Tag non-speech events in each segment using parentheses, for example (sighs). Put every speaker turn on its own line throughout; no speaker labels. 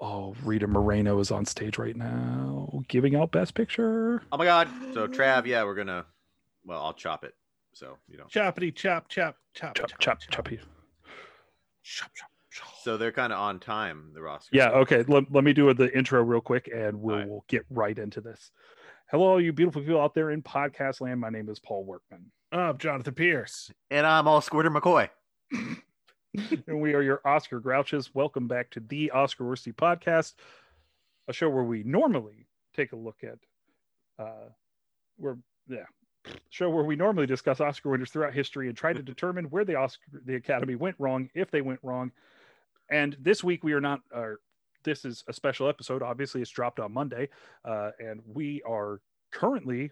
Oh, Rita Moreno is on stage right now, giving out Best Picture.
Oh my god. So Trav, yeah, we're gonna. Well, I'll chop it. So you know.
Choppity chop chop chop
Chop, chop, choppy.
chop chop.
So they're kind of on time. The Oscars.
Yeah, okay. Let, let me do the intro real quick and we'll
All right.
get right into this. Hello, you beautiful people out there in podcast land. My name is Paul Workman,
Oh, Jonathan Pierce.
And I'm all Squirter McCoy.
and we are your Oscar Grouches. Welcome back to the Oscar Worsty podcast, a show where we normally take a look at, uh, we're, yeah, show where we normally discuss Oscar winners throughout history and try to determine where the Oscar, the Academy went wrong, if they went wrong. And this week we are not, or this is a special episode. Obviously, it's dropped on Monday, uh, and we are currently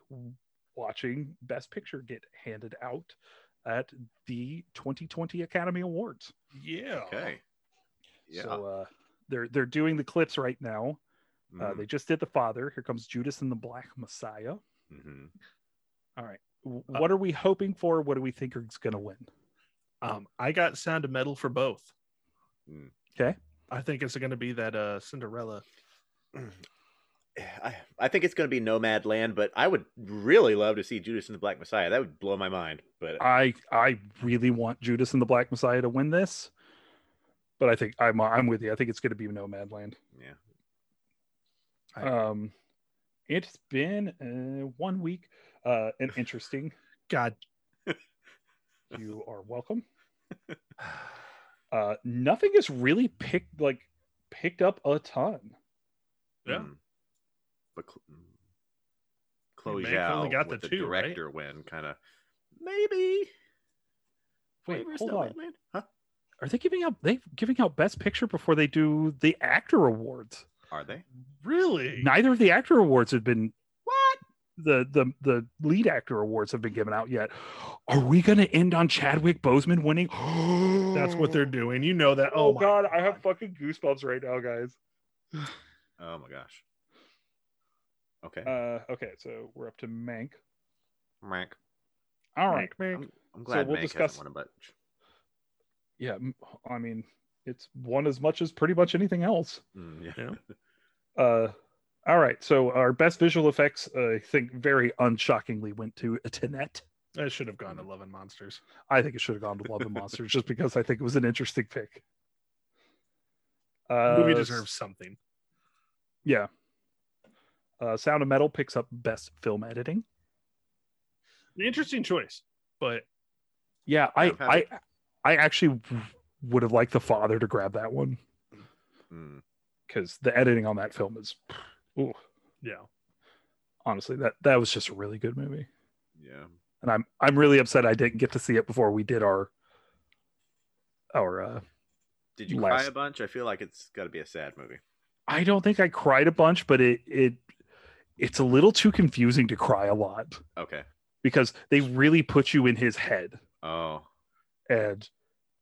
watching Best Picture get handed out at the 2020 Academy Awards.
Yeah.
Okay. Yeah.
So uh, they're they're doing the clips right now. Uh,
Mm,
they just did the father. Here comes Judas and the Black Messiah.
mhm.
All right. W- What are we hoping for? What do we think is going to win?
Um, I got Sound of Metal for both.
Mm.
Okay.
I think it's going to be that uh Cinderella.
I, I think it's going to be Nomad Land, but I would really love to see Judas and the Black Messiah. That would blow my mind. But
I I really want Judas and the Black Messiah to win this, but I think I'm I'm with you. I think it's going to be Nomadland.
yeah, Mm.
I-
Um, it's been uh, one week. Uh, and interesting.
God.
you are welcome. Uh, nothing is really picked like picked up a ton.
Yeah.
mm. But Cl- mm. Chloe
Mank only
Zhao
got
with
the
the,
two, right?
director win, kind of maybe.
Wait,
Where's
hold
Nomad
on.
Land? Huh?
Are they giving out they giving out best picture before they do the actor awards?
Are they?
Really?
Neither of the actor awards have been
What?
the the the lead actor awards have been given out yet. Are we going to end on Chadwick Boseman (gasps) winning?
That's what they're doing. You know that.
Oh,
my
god, I have fucking goosebumps right now, guys.
Oh my gosh. Okay.
Uh okay, so we're up to Mank.
Mank.
All right.
I'm, I'm glad
we'll
Mank
discuss-
hasn't won a bunch.
Yeah, m- I mean, it's one as much as pretty much anything else.
Mm, yeah.
Yeah.
Uh, all right. So our best visual effects, uh, I think, very unshockingly went to Tenet.
I should have gone to Love and Monsters.
Mm. I think it should have gone to Love and Monsters just because I think it was an interesting pick. Uh,
Movie deserves something.
Yeah. Uh, Sound of Metal picks up best film editing.
An interesting choice, but
Yeah, I
I'm
I
happy.
I actually would have liked the father to grab that one
(laughs) Mm.
because the editing on that film is, ooh,
yeah.
honestly, that that was just a really good movie.
Yeah.
and I'm I'm really upset I didn't get to see it before we did our our uh
Did you cry
Last-
a bunch? I feel like it's got to be a sad movie.
I don't think I cried a bunch, but it it it's a little too confusing to cry a lot
Okay.
because they really put you in his head
Oh. (laughs)
and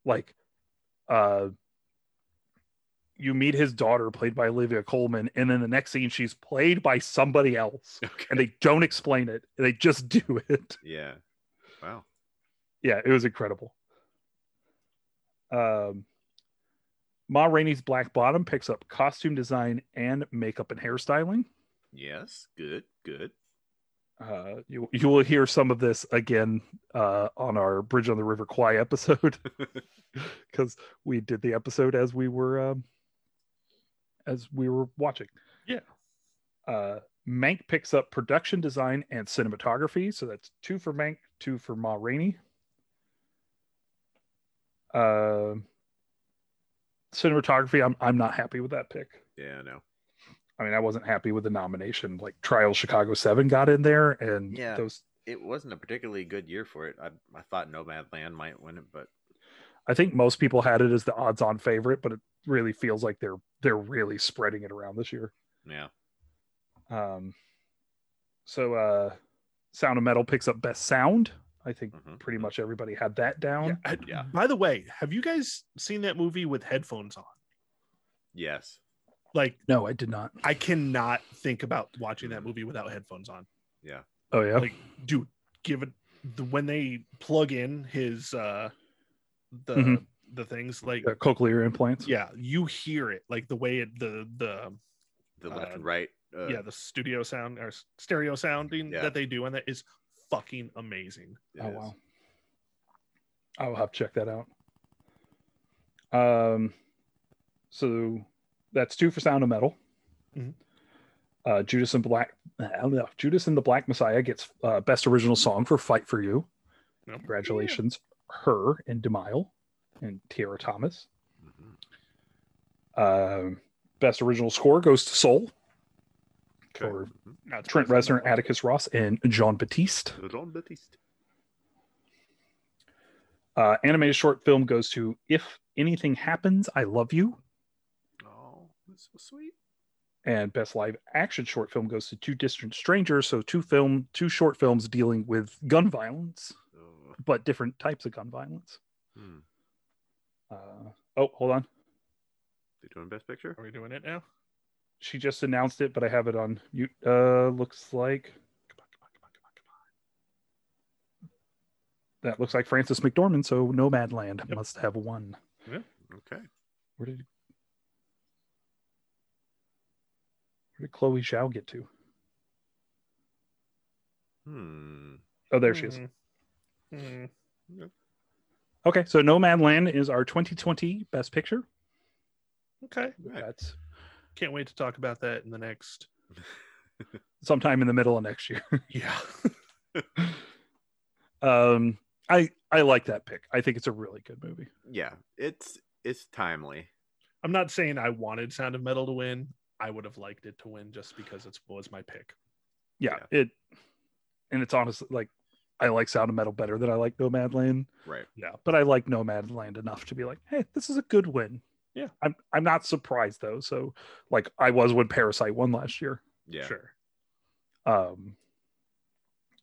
like uh you meet his daughter played by Olivia Coleman and then the next scene she's played by somebody else
Okay.
and they don't explain it they just (laughs) do it
Yeah. Wow.
yeah, it was incredible. Um, Ma Rainey's Black Bottom picks up costume design and makeup and hairstyling.
Yes. Good. Good.
Uh, you you will hear some of this again uh, on our Bridge on the River Kwai episode (laughs) because we did the episode as we were um, as we were watching.
Yeah.
Uh, Mank picks up production design and cinematography, so that's two for Mank, two for Ma Rainey. Uh, cinematography, I'm I'm not happy with that pick.
Yeah. No.
I mean, I wasn't happy with the nomination. Like Trial Chicago Seven got in there, and
Yeah.
those
It wasn't a particularly good year for it. I I thought Nomad Land might win it, but
I think most people had it as the odds-on favorite, but it really feels like they're they're really spreading it around this year.
yeah.
Um, so uh, Sound of Metal picks up Best Sound. I think
mhm.
pretty much everybody had that down.
Yeah, I-
Yeah.
By the way, have you guys seen that movie with headphones on?
Yes.
Like,
No, I did not.
I cannot think about watching that movie without headphones on.
Oh yeah,
Like, dude, give it the when they plug in his uh the
Mhm.
the things like
the cochlear implants.
yeah, you hear it like the way it the the
The left
Uh,
and right. Uh,
yeah the studio sound or s- stereo sounding
Yeah.
that they do on that is fucking amazing.
it
Oh
is.
wow. I'll have to check that out. Um, so that's two for Sound of Metal.
Mm-hmm.
Mhm.
Uh, Judas and Black, I don't know. Judas and the Black Messiah gets uh, best original song for "Fight for You."
Yep.
Congratulations, her and Demille and Tiara Thomas.
Mhm.
Um, best original score goes to Soul
Okay.
for
Mhm.
Yeah. Now, it's
Trent
different
Reznor,
now.
Atticus Ross, and Jean Baptiste.
Jean Baptiste.
Uh, animated short film goes to If Anything Happens, I Love You.
Oh, that's so sweet.
And best live action short film goes to Two Distant Strangers. So two film, two short films dealing with gun violence,
Oh,
but different types of gun violence.
hmm.
Uh, oh, hold on.
They doing best picture?
Are we doing it now?
She just announced it, but I have it on mute. Uh, looks like
Come on, come on, come on, come on, come
that looks like Francis McDormand. So Nomadland
Yep.
must have won.
Okay.
Where did where did Chloe Zhao get to?
Hmm.
Oh,
on.
there she is.
Mhm. Mhm.
Okay, so Nomadland is our 2020 Best Picture.
Okay,
Right.
That's
can't wait to talk about that in
(laughs)
the next.
sometime in the middle of next year. (laughs)
Yeah,
Um, I I like that pick. I think it's a really good movie.
Yeah, it's it's timely.
(laughs) I'm not saying I wanted Sound of Metal to win. I would have liked it to win just because it was my pick.
Yeah, it and it's honestly like I like Sound of Metal better than I like Nomadland,
Right.
but I like Nomadland enough to be like, hey, this is a good win.
Yeah.
I'm I'm not surprised though. So like I was when Parasite won last year.
Yeah.
Sure.
Um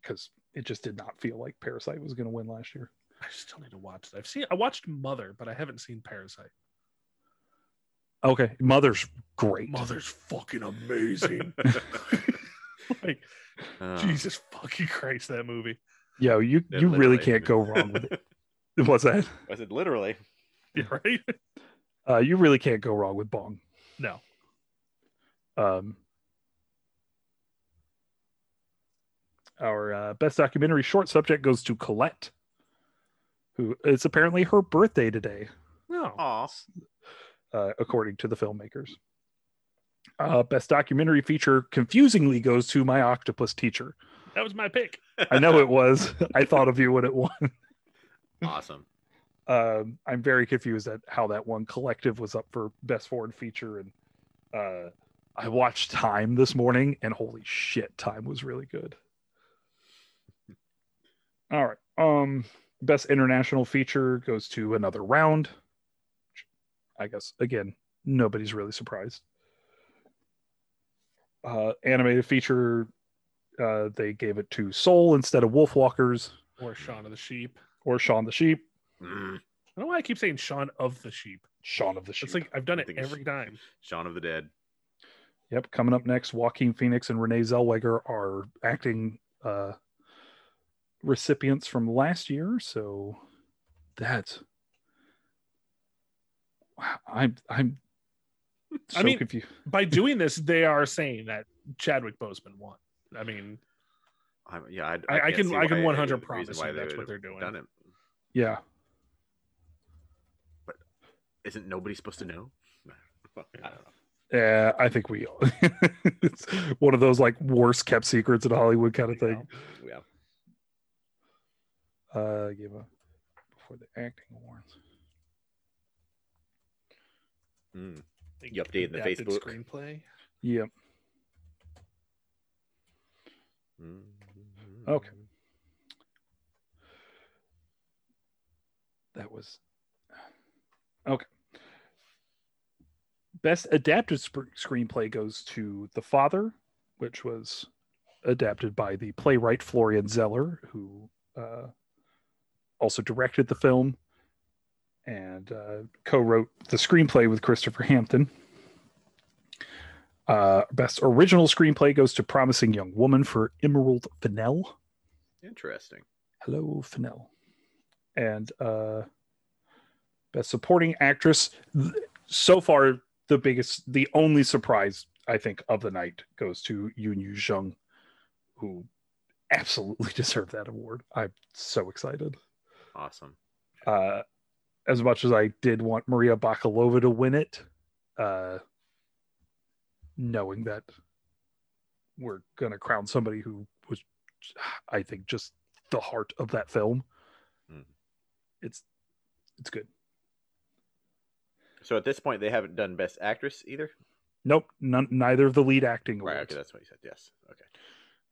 because it just did not feel like Parasite was gonna win last year.
I still need to watch that. I've seen I watched Mother, but I haven't seen Parasite.
Okay. Mother's great.
Mother's fucking amazing. like
(laughs) Uh,
Jesus fucking Christ, that movie. (laughs)
Yo, you
Yeah,
you really
literally.
can't
(laughs)
go wrong with (laughs) it. What's that?
I said literally.
Yeah, right?
Uh, you really can't go wrong with Bong.
No.
Um, our uh, best documentary short subject goes to Colette, who it's apparently her birthday today,
No.
Aw.
uh, according to the filmmakers. Uh, best documentary feature confusingly goes to My Octopus Teacher.
That was my pick.
I know it was. I thought of you when it won.
Awesome.
um, I'm very confused at how that one collective was up for best foreign feature. And uh, I watched Time this morning, and holy shit, Time was really good. All right, um, best international feature goes to another round. which I guess again, nobody's really surprised. Uh, animated feature, uh, they gave it to Soul instead of Wolf Walkers
Or Shaun of the Sheep.
or Shaun the Sheep.
Mm.
I don't know why I keep saying Shaun of the Sheep.
Shaun of the Sheep.
It's like I've done
I
it
think it's-
every time.
Shaun of the Dead.
Yep, coming up next, Joaquin Phoenix and Renee Zellweger are acting uh, recipients from last year. So that's wow, I'm I'm so
(laughs) I mean-
confused.
By doing this, they are saying that Chadwick Boseman won. I mean,
I, yeah, I,
I, I,
can't
can
see
I
why-
can 100
the reason
promise
why
you
they
that's
would
what
have
they're doing.
Done it.
Yeah,
Isn't nobody supposed to know? (laughs) Well, I don't know.
yeah, uh, I think we. (laughs) it's one of those like worst kept secrets in Hollywood kind of
You
thing.
know?
Yeah.
Uh, give up before the acting awards.
Mm.
They
You updated the
adapted
Facebook.
screenplay.
Yep.
Mm.
Okay. that was okay. Best adapted sp- screenplay goes to The Father, which was adapted by the playwright Florian Zeller, who uh, also directed the film and uh, co-wrote the screenplay with Christopher Hampton. Uh, best original screenplay goes to Promising Young Woman for Emerald Fennell.
Interesting.
Hello, Fennel. And uh, Best Supporting Actress. Th- So far, the biggest, the only surprise I think of the night goes to Yoon Yu Jung, who absolutely (laughs) deserved that award. I'm so excited.
Awesome.
Uh, as much as I did want Maria Bakalova to win it, uh, knowing that we're gonna crown somebody who was, I think, just the heart of that film.
Mhm.
It's it's good.
So at this point, they haven't done Best Actress either.
Nope, none, neither of the lead acting
Right.
awards.
Okay, that's what you said. Yes. Okay.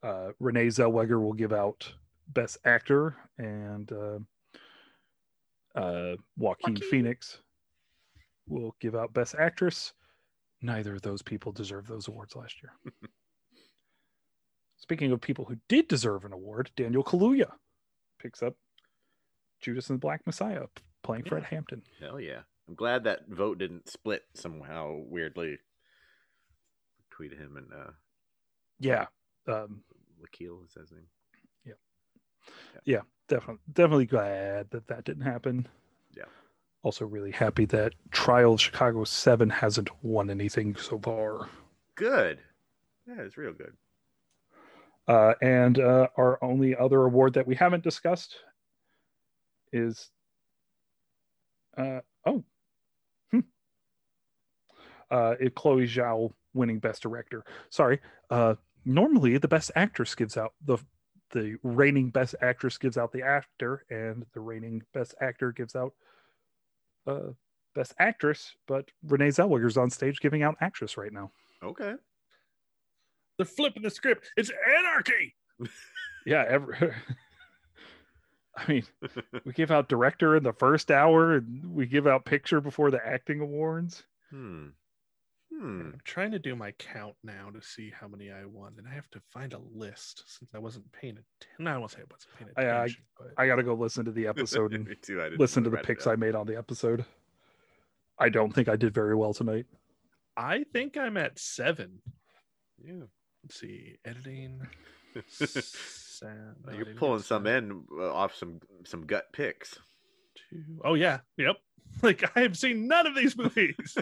uh, Renee Zellweger will give out Best Actor, and uh, uh, Joaquin,
Joaquin.
Phoenix will give out Best Actress. Neither of those people deserved those awards last year. Speaking of people who did deserve an award, Daniel Kaluuya picks up Judas and the Black Messiah, playing Fred Hampton.
Hell yeah. I'm glad that vote didn't split somehow weirdly between him and uh,
Yeah, um,
Lakeel is that his name.
definitely, definitely glad that that didn't happen.
Yeah.
Also, really happy that Trial of Chicago Seven hasn't won anything so far.
Good. Yeah, it's real good.
Uh, and uh, our only other award that we haven't discussed is, uh, oh, hmm. uh, it Chloe Zhao winning Best Director. Sorry. Uh, normally, the Best Actress gives out the the reigning Best Actress gives out the actor, and the reigning Best Actor gives out uh, Best Actress. But Renee Zellweger's on stage giving out Actress right now.
Okay.
They're flipping the script. It's anarchy.
Yeah, every. (laughs) I mean, we give out director in the first hour, and we give out picture before the acting awards.
Hmm. Hmm.
I'm trying to do my count now to see how many I won, and I have to find a list since I wasn't paying attention. No, I won't say I wasn't paying
I- I-
attention. but
I got to go listen to the (laughs) episode and
(laughs) Me too, I didn't
listen to the
write it
picks
down.
I made on the episode. I don't think I did very well tonight.
I think I'm at seven.
Yeah.
Let's see, editing. uh, sound, no, I
You're
didn't get
pulling some
sound.
in uh, off some some gut picks.
Two- Oh yeah, yep. (laughs) Like I have seen none of
(laughs)
these movies.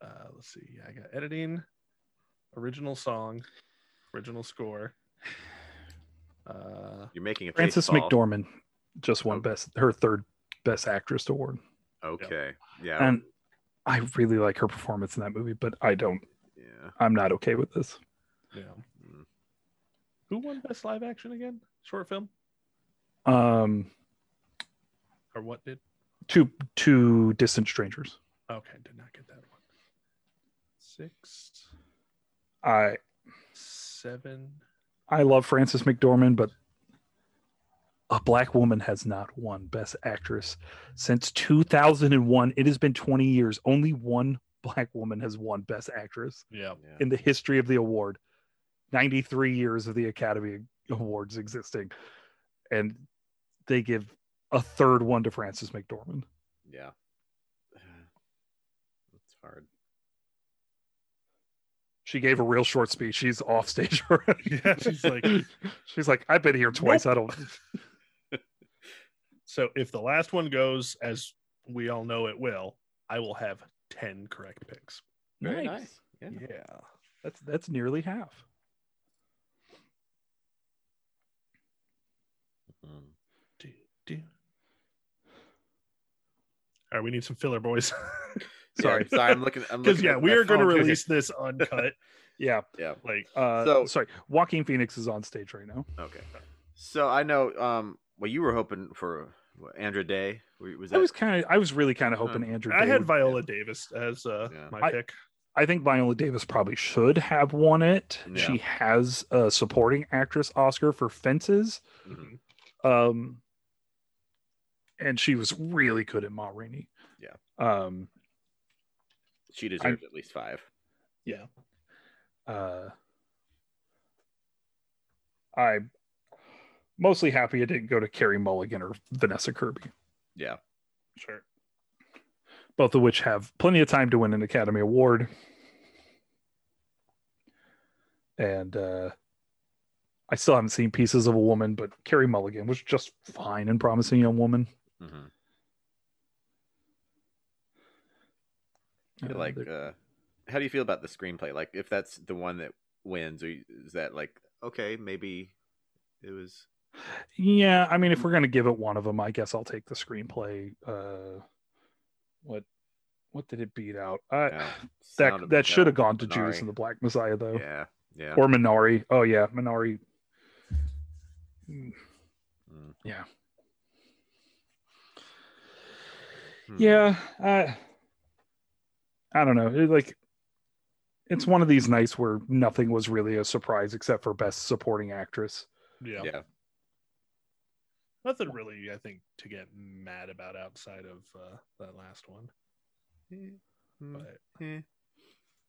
uh, let's see. I got editing, original song, original score. (sighs) Uh,
You're making a face,
Frances
Paul.
McDormand just won
Oh.
best her third best actress award,
Okay. Yeah.
and I really like her performance in that movie. But I don't.
yeah.
I'm not okay with this.
yeah.
Mm.
Who won best live action again? Short film
Um,
or what did?
two two distant strangers.
Okay, did not get that one. Six,
I
seven.
I love Frances McDormand, but a black woman has not won Best Actress since 2001. It has been 20 years. Only one black woman has won Best Actress
Yeah.
Yeah.
in the history of the award. 93 years of the Academy Awards existing. And they give a third one to Frances McDormand.
Yeah. (sighs) That's hard.
She gave a real short speech. She's off stage (laughs) already.
(laughs) Yeah, she's like-
she's like, I've been here twice. I don't.
So if the last one goes as we all know it will, I will have ten correct picks.
Very nice. Yeah.
Yeah.
That's that's nearly half.
Mm.
Do, do. All right, we need some filler, boys. (laughs)
Sorry.
Yeah, sorry. I'm looking.
(laughs)
I'm
Because
looking
yeah,
at
we
my
are going to
phone.
release this
(laughs)
uncut.
Yeah.
Yeah.
like,
Uh,
So-
sorry, Joaquin Phoenix is on stage right now.
Okay. So I know. Um. Well, you were hoping for what, Andrew Day. Were- Was that? Hmm.
I was kind of, I was really kind of hoping Andrew.
I
Day
had
would-
Viola Davis as uh,
Yeah.
my
I-
pick.
I think Viola Davis probably should have won it.
Yeah.
She has a supporting actress Oscar for Fences,
Mhm.
um, and she was really good in Ma Rainey.
Yeah.
Um.
She deserved at least five.
Yeah.
Uh. I'm mostly happy it didn't go to Carrie Mulligan or Vanessa Kirby.
Yeah.
Sure.
both of which have plenty of time to win an Academy Award. And uh, I still haven't seen Pieces of a Woman, but Carrie Mulligan was just fine in Promising Young Woman.
Mhm.
Uh,
like
there-
uh how do you feel about the screenplay like if that's the one that wins or is that like okay maybe it was
yeah, I mean, if we're gonna give it one of them, I guess I'll take the screenplay. Uh, what what did it beat out? I,
Yeah. Sound
that
of
that should have
Metal,
gone to Judas
Minari.
and the Black Messiah though,
yeah yeah
or Minari. Oh yeah, Minari.
Mm.
Yeah.
Hmm.
Yeah, I I don't know. It, like it's one of these nights where nothing was really a surprise except for best supporting actress.
Yeah.
yeah
Nothing really, I think, to get mad about outside of uh, that last one.
Mm,
But
eh.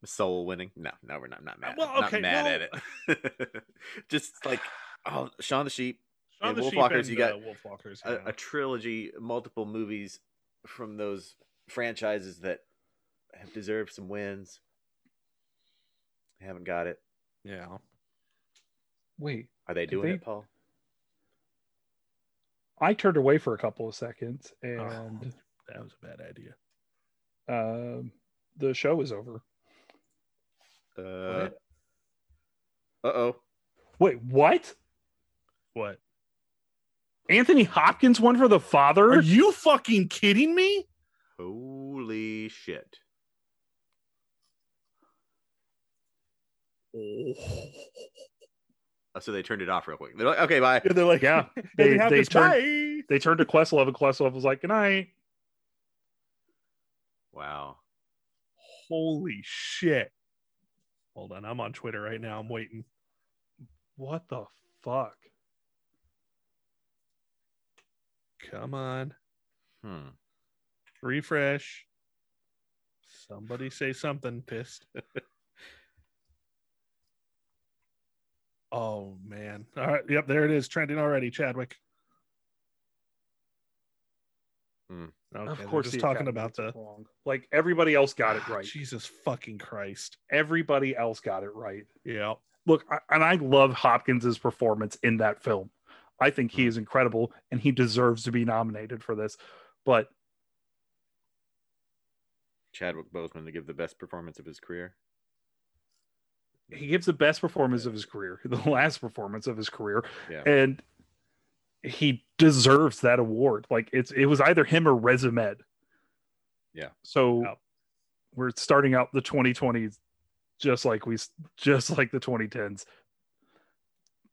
soul winning no no we're not not mad
Well,
not
okay,
mad at it (laughs) just like oh Shaun the Sheep
Shaun
And
the Sheep
Wolfwalkers,
and,
you got
uh, Wolfwalkers.
a,
yeah.
a trilogy multiple movies from those franchises that have deserved some wins haven't got it
yeah.
Wait,
are they
Do
doing it
they-
Paul
I turned away for a couple of seconds
Oh,
and
that was a bad idea.
um the show is over.
uh oh
Wait, what?
What?
Anthony Hopkins won for the father? (laughs)
Are you fucking kidding me?
Holy shit. Oh, so they turned it off real quick. They're like, okay, bye.
Yeah, they're
(laughs)
like, (laughs)
Yeah,
they,
they-
have
they
to tie.
they turned to Questlove and Questlove was like, "Good night."
Wow.
Holy shit. Hold on. I'm on Twitter right now. I'm waiting.
What the fuck?
Come on.
Hmm.
Refresh. Somebody say something pissed. (laughs) oh, man. All right. Yep. There it is. Trending already, Chadwick.
Hmm.
Okay,
of
they're
course,
Just
the
talking
Academy
about
gets
the.
it wrong. like everybody else got it
Ah,
right.
(sighs) Jesus fucking Christ.
Everybody else got it right.
Yeah.
Look, I, and I love Hopkins's performance in that film. I think
Mm.
he is incredible, and he deserves to be nominated for this. But
Chadwick Boseman to give the best performance of his career.
he gives the best performance of his career, (laughs) the last performance of his career,
Yeah.
and he deserves that award. Like it's it was either him or Resumed.
Yeah.
So
Yep.
we're starting out the 2020s just like we s- just like the 2010s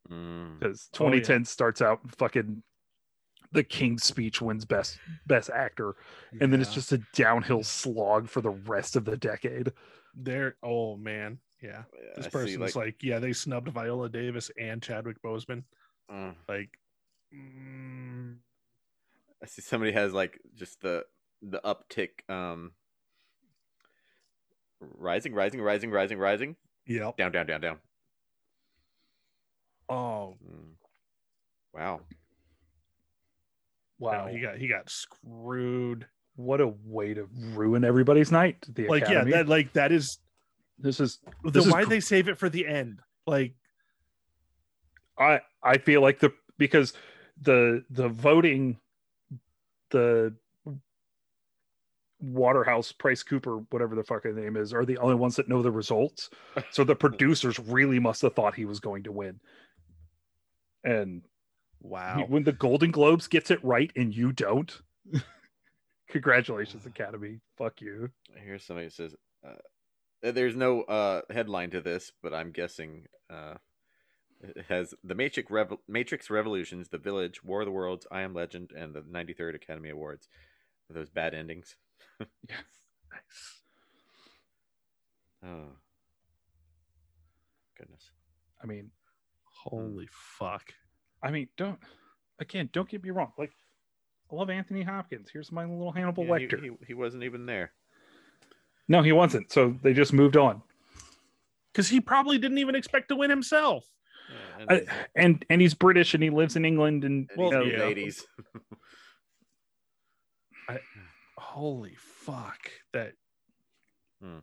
Mm.
because
Oh, yeah.
2010 starts out fucking the King's Speech wins best best actor, and then it's
Yeah.
just a downhill slog for the rest of the decade.
They're oh man, yeah. This
I see,
person's like, yeah, they snubbed Viola Davis and Chadwick Boseman.
mm.
Like, mm,
I see somebody has like just the the uptick um rising, rising, rising, rising, rising.
yep.
Down, down, down, down.
Oh
Mm. Wow.
wow,
Wow,
he got he got screwed.
what a way to ruin everybody's night! to The
Like,
Academy.
yeah, that like that is.
this is This
Then
is
why
gr-
they save it for the end? Like,
I I feel like the because the the voting the Waterhouse Price Cooper whatever the fuck her name is are the only ones that know the results. So
(laughs)
the producers really must have thought he was going to win. And he-
wow,
when the Golden Globes gets it right and you don't, congratulations Academy. Fuck you.
Here's somebody that says, uh, "There's no uh, headline to this, but I'm guessing uh, it has the Matrix, Revo- Matrix Revolutions, The Village, War of the Worlds, I Am Legend, and the 93rd Academy Awards. Are those bad endings? Oh, goodness.
I mean,
holy fuck.
I mean, don't again, don't get me wrong. Like I love Anthony Hopkins. Here's my little Hannibal
Yeah, he-
Lecter.
he, he wasn't even there.
No, he wasn't. So they just moved on.
Because he probably didn't even expect to win himself.
Yeah, and
I,
he's-
and and he's British and he lives in England and
and
well,
he's in
yeah.
his 80s.
Holy fuck! That
that's-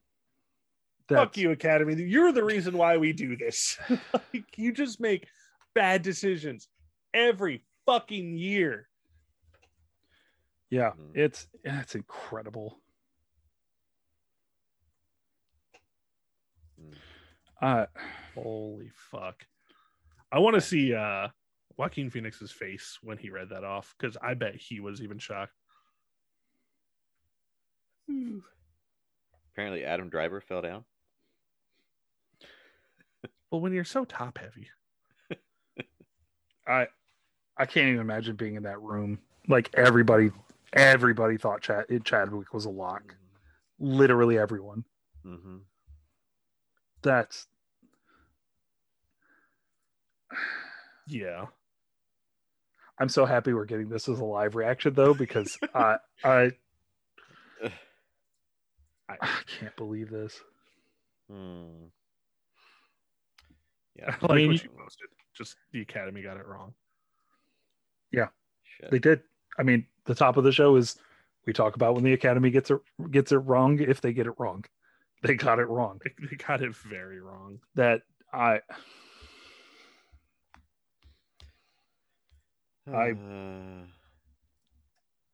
fuck you, Academy. You're the reason why we do this. (laughs) like, you just make bad decisions every fucking year.
Yeah,
Mhm.
it's it's incredible. Uh,
Holy fuck. I want to see uh Joaquin Phoenix's face when he read that off because I bet he was even shocked.
Apparently, Adam Driver fell down.
Well, when you're so top heavy,
I I can't even imagine being in that room. Like everybody, everybody thought Chad Chadwick was a lock. Literally everyone.
hmm
That's
yeah. (laughs)
I'm so happy we're getting this as a live reaction though because I I I can't believe this.
Hmm.
I
Yeah.
(laughs) like
I mean,
what
you-
you posted. Just the Academy got it wrong. (laughs)
Shit.
They did. I mean, the top of the show is we talk about when the Academy gets it gets it wrong if they get it wrong. They got it wrong.
They- They got it very wrong.
That I I-
Uh,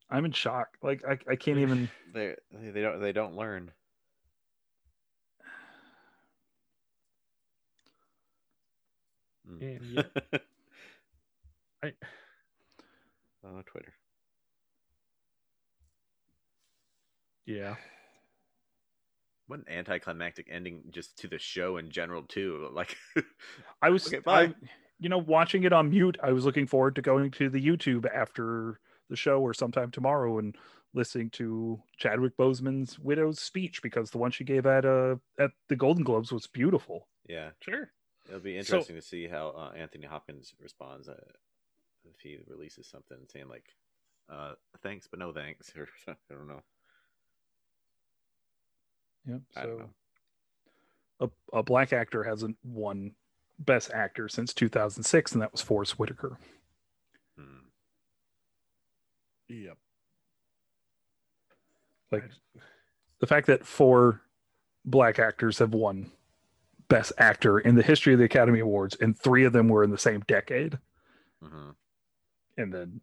I'm in shock. Like I, I can't even
they Uh, they don't they don't learn. Mm.
And
(laughs)
yeah, I-
oh, Twitter.
yeah.
What an anticlimactic ending just to the show in general too. Like (laughs)
I was,
Okay, bye.
I- you know, watching it on mute. I was looking forward to going to the YouTube after the show or sometime tomorrow and listening to Chadwick Boseman's widow's speech because the one she gave at uh at the Golden Globes was beautiful.
Yeah.
Sure.
It'll be
So-
interesting to see how uh, Anthony Hopkins responds uh, if he releases something saying like, uh, "Thanks, but no thanks," (laughs) or I don't know.
Yep.
I don't
So a, a black actor hasn't won Best Actor since 2006, and that was Forrest Whitaker.
know. Hmm.
Yep.
Like- The fact that four black actors have won Best Actor in the history of the Academy Awards, and three of them were in the same decade.
Mhm.
and then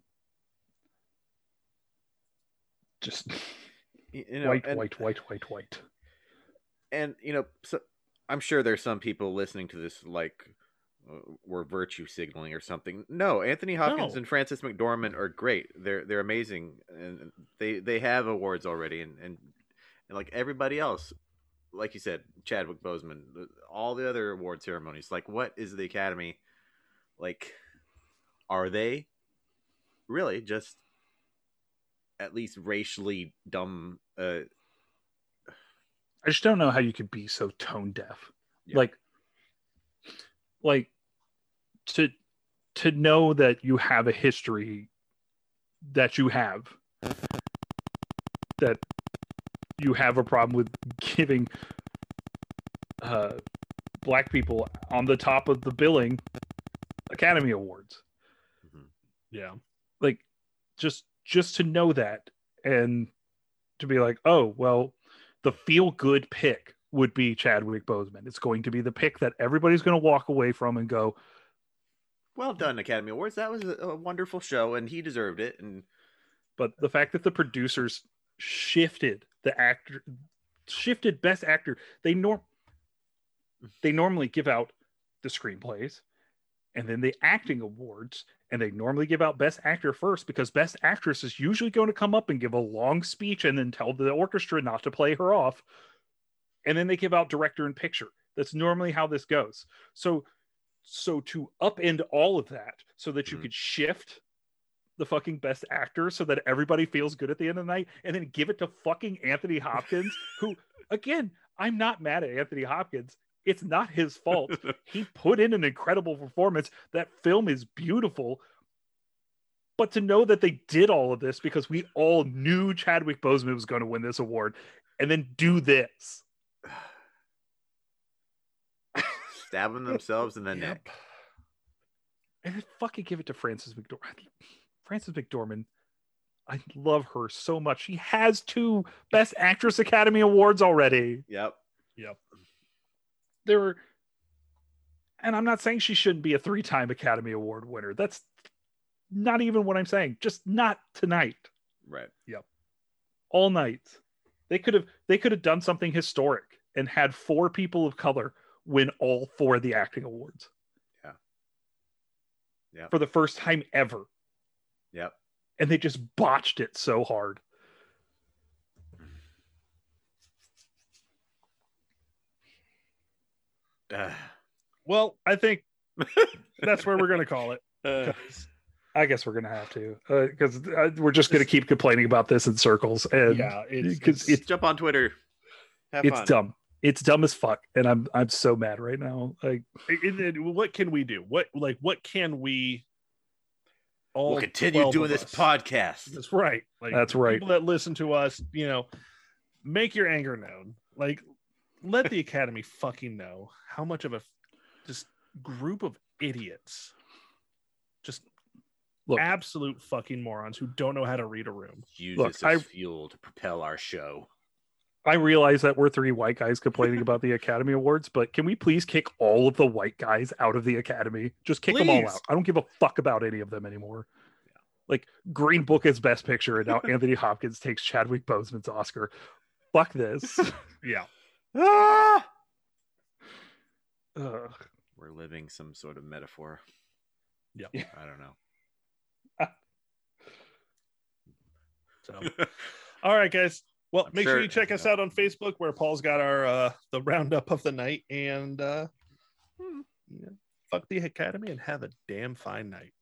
just (laughs)
Y- You know,
white,
and-
white, white, white, white.
and you know so i'm sure there's some people listening to this like uh, we're virtue signaling or something no anthony hopkins
No.
and francis mcdormand are great they're they're amazing and they they have awards already and and, and like everybody else like you said chadwick boseman the- all the other award ceremonies like what is the academy like are they really just at least racially dumb uh
I just don't know how you could be so tone deaf.
Yeah.
Like, like to to know that you have a history that you have that you have a problem with giving uh, black people on the top of the billing Academy Awards.
Yeah.
like just just to know that and to be like oh well the feel good pick would be Chadwick Boseman it's going to be the pick that everybody's going to walk away from and go
Well done, Academy Awards. That was a, a wonderful show, and he deserved it. (laughs) And
but the fact that the producers shifted the actor shifted best actor they norm they normally give out the screenplays and then the acting awards and they normally give out best actor first because best actress is usually going to come up and give a long speech and then tell the orchestra not to play her off and then they give out director and picture that's normally how this goes so so to upend all of that so that you
Mhm.
could shift the fucking best actor so that everybody feels good at the end of the night and then give it to fucking Anthony Hopkins, who, again, I'm not mad at Anthony Hopkins. It's not his fault. he put in an incredible performance. That film is beautiful. But to know that they did all of this because we all knew Chadwick Boseman was going to win this award and then do this.
stabbing themselves in the neck.
And then fucking give it to Frances McDormand. Frances McDormand, I love her so much. She has two Best Actress Academy Awards already.
Yep.
Yep.
There were, and I'm not saying she shouldn't be a three time Academy Award winner. That's not even what I'm saying. Just not tonight,
(sighs) Right.
all night. They could have they could have done something historic and had four people of color win all four of the acting awards.
Yeah. Yeah.
For the first time ever.
Yep.
And they just botched it so hard.
Ah.
Well, I think that's where we're going to
(laughs)
call it. 'cause-
I guess we're gonna have to because uh, we're just gonna keep complaining about this in circles, and
yeah, it's,
because
it's-
jump on Twitter. Have
it's
fun.
dumb. It's dumb as fuck, and I'm I'm so mad right now. Like
it- it- what can we do? What like what can we all
We'll continue
12
doing
of
this
us-
podcast.
That's right. Like
that's right.
people that listen to us, you know, make your anger known. Like, let the academy fucking know how much of a f- just group of idiots, just
Look.
absolute fucking morons who don't know how to read a room.
Use
Look,
this as
I-
fuel to propel our show.
I realize that we're three white guys complaining about the Academy Awards, but can we please kick all of the white guys out of the Academy? Just kick them all
Please.
out. I don't give a fuck about any of them anymore. Like Green Book is Best Picture, and now (laughs) Anthony Hopkins takes Chadwick Boseman's Oscar. Fuck this.
Yeah,
Ah!
Ugh.
We're living some sort of metaphor.
Yep.
I don't know.
So, all right, guys. Well,
I'm
make
sure-
sure you check us out on Facebook where Paul's got our uh the roundup of the night and uh you know, fuck the academy and have a damn fine night.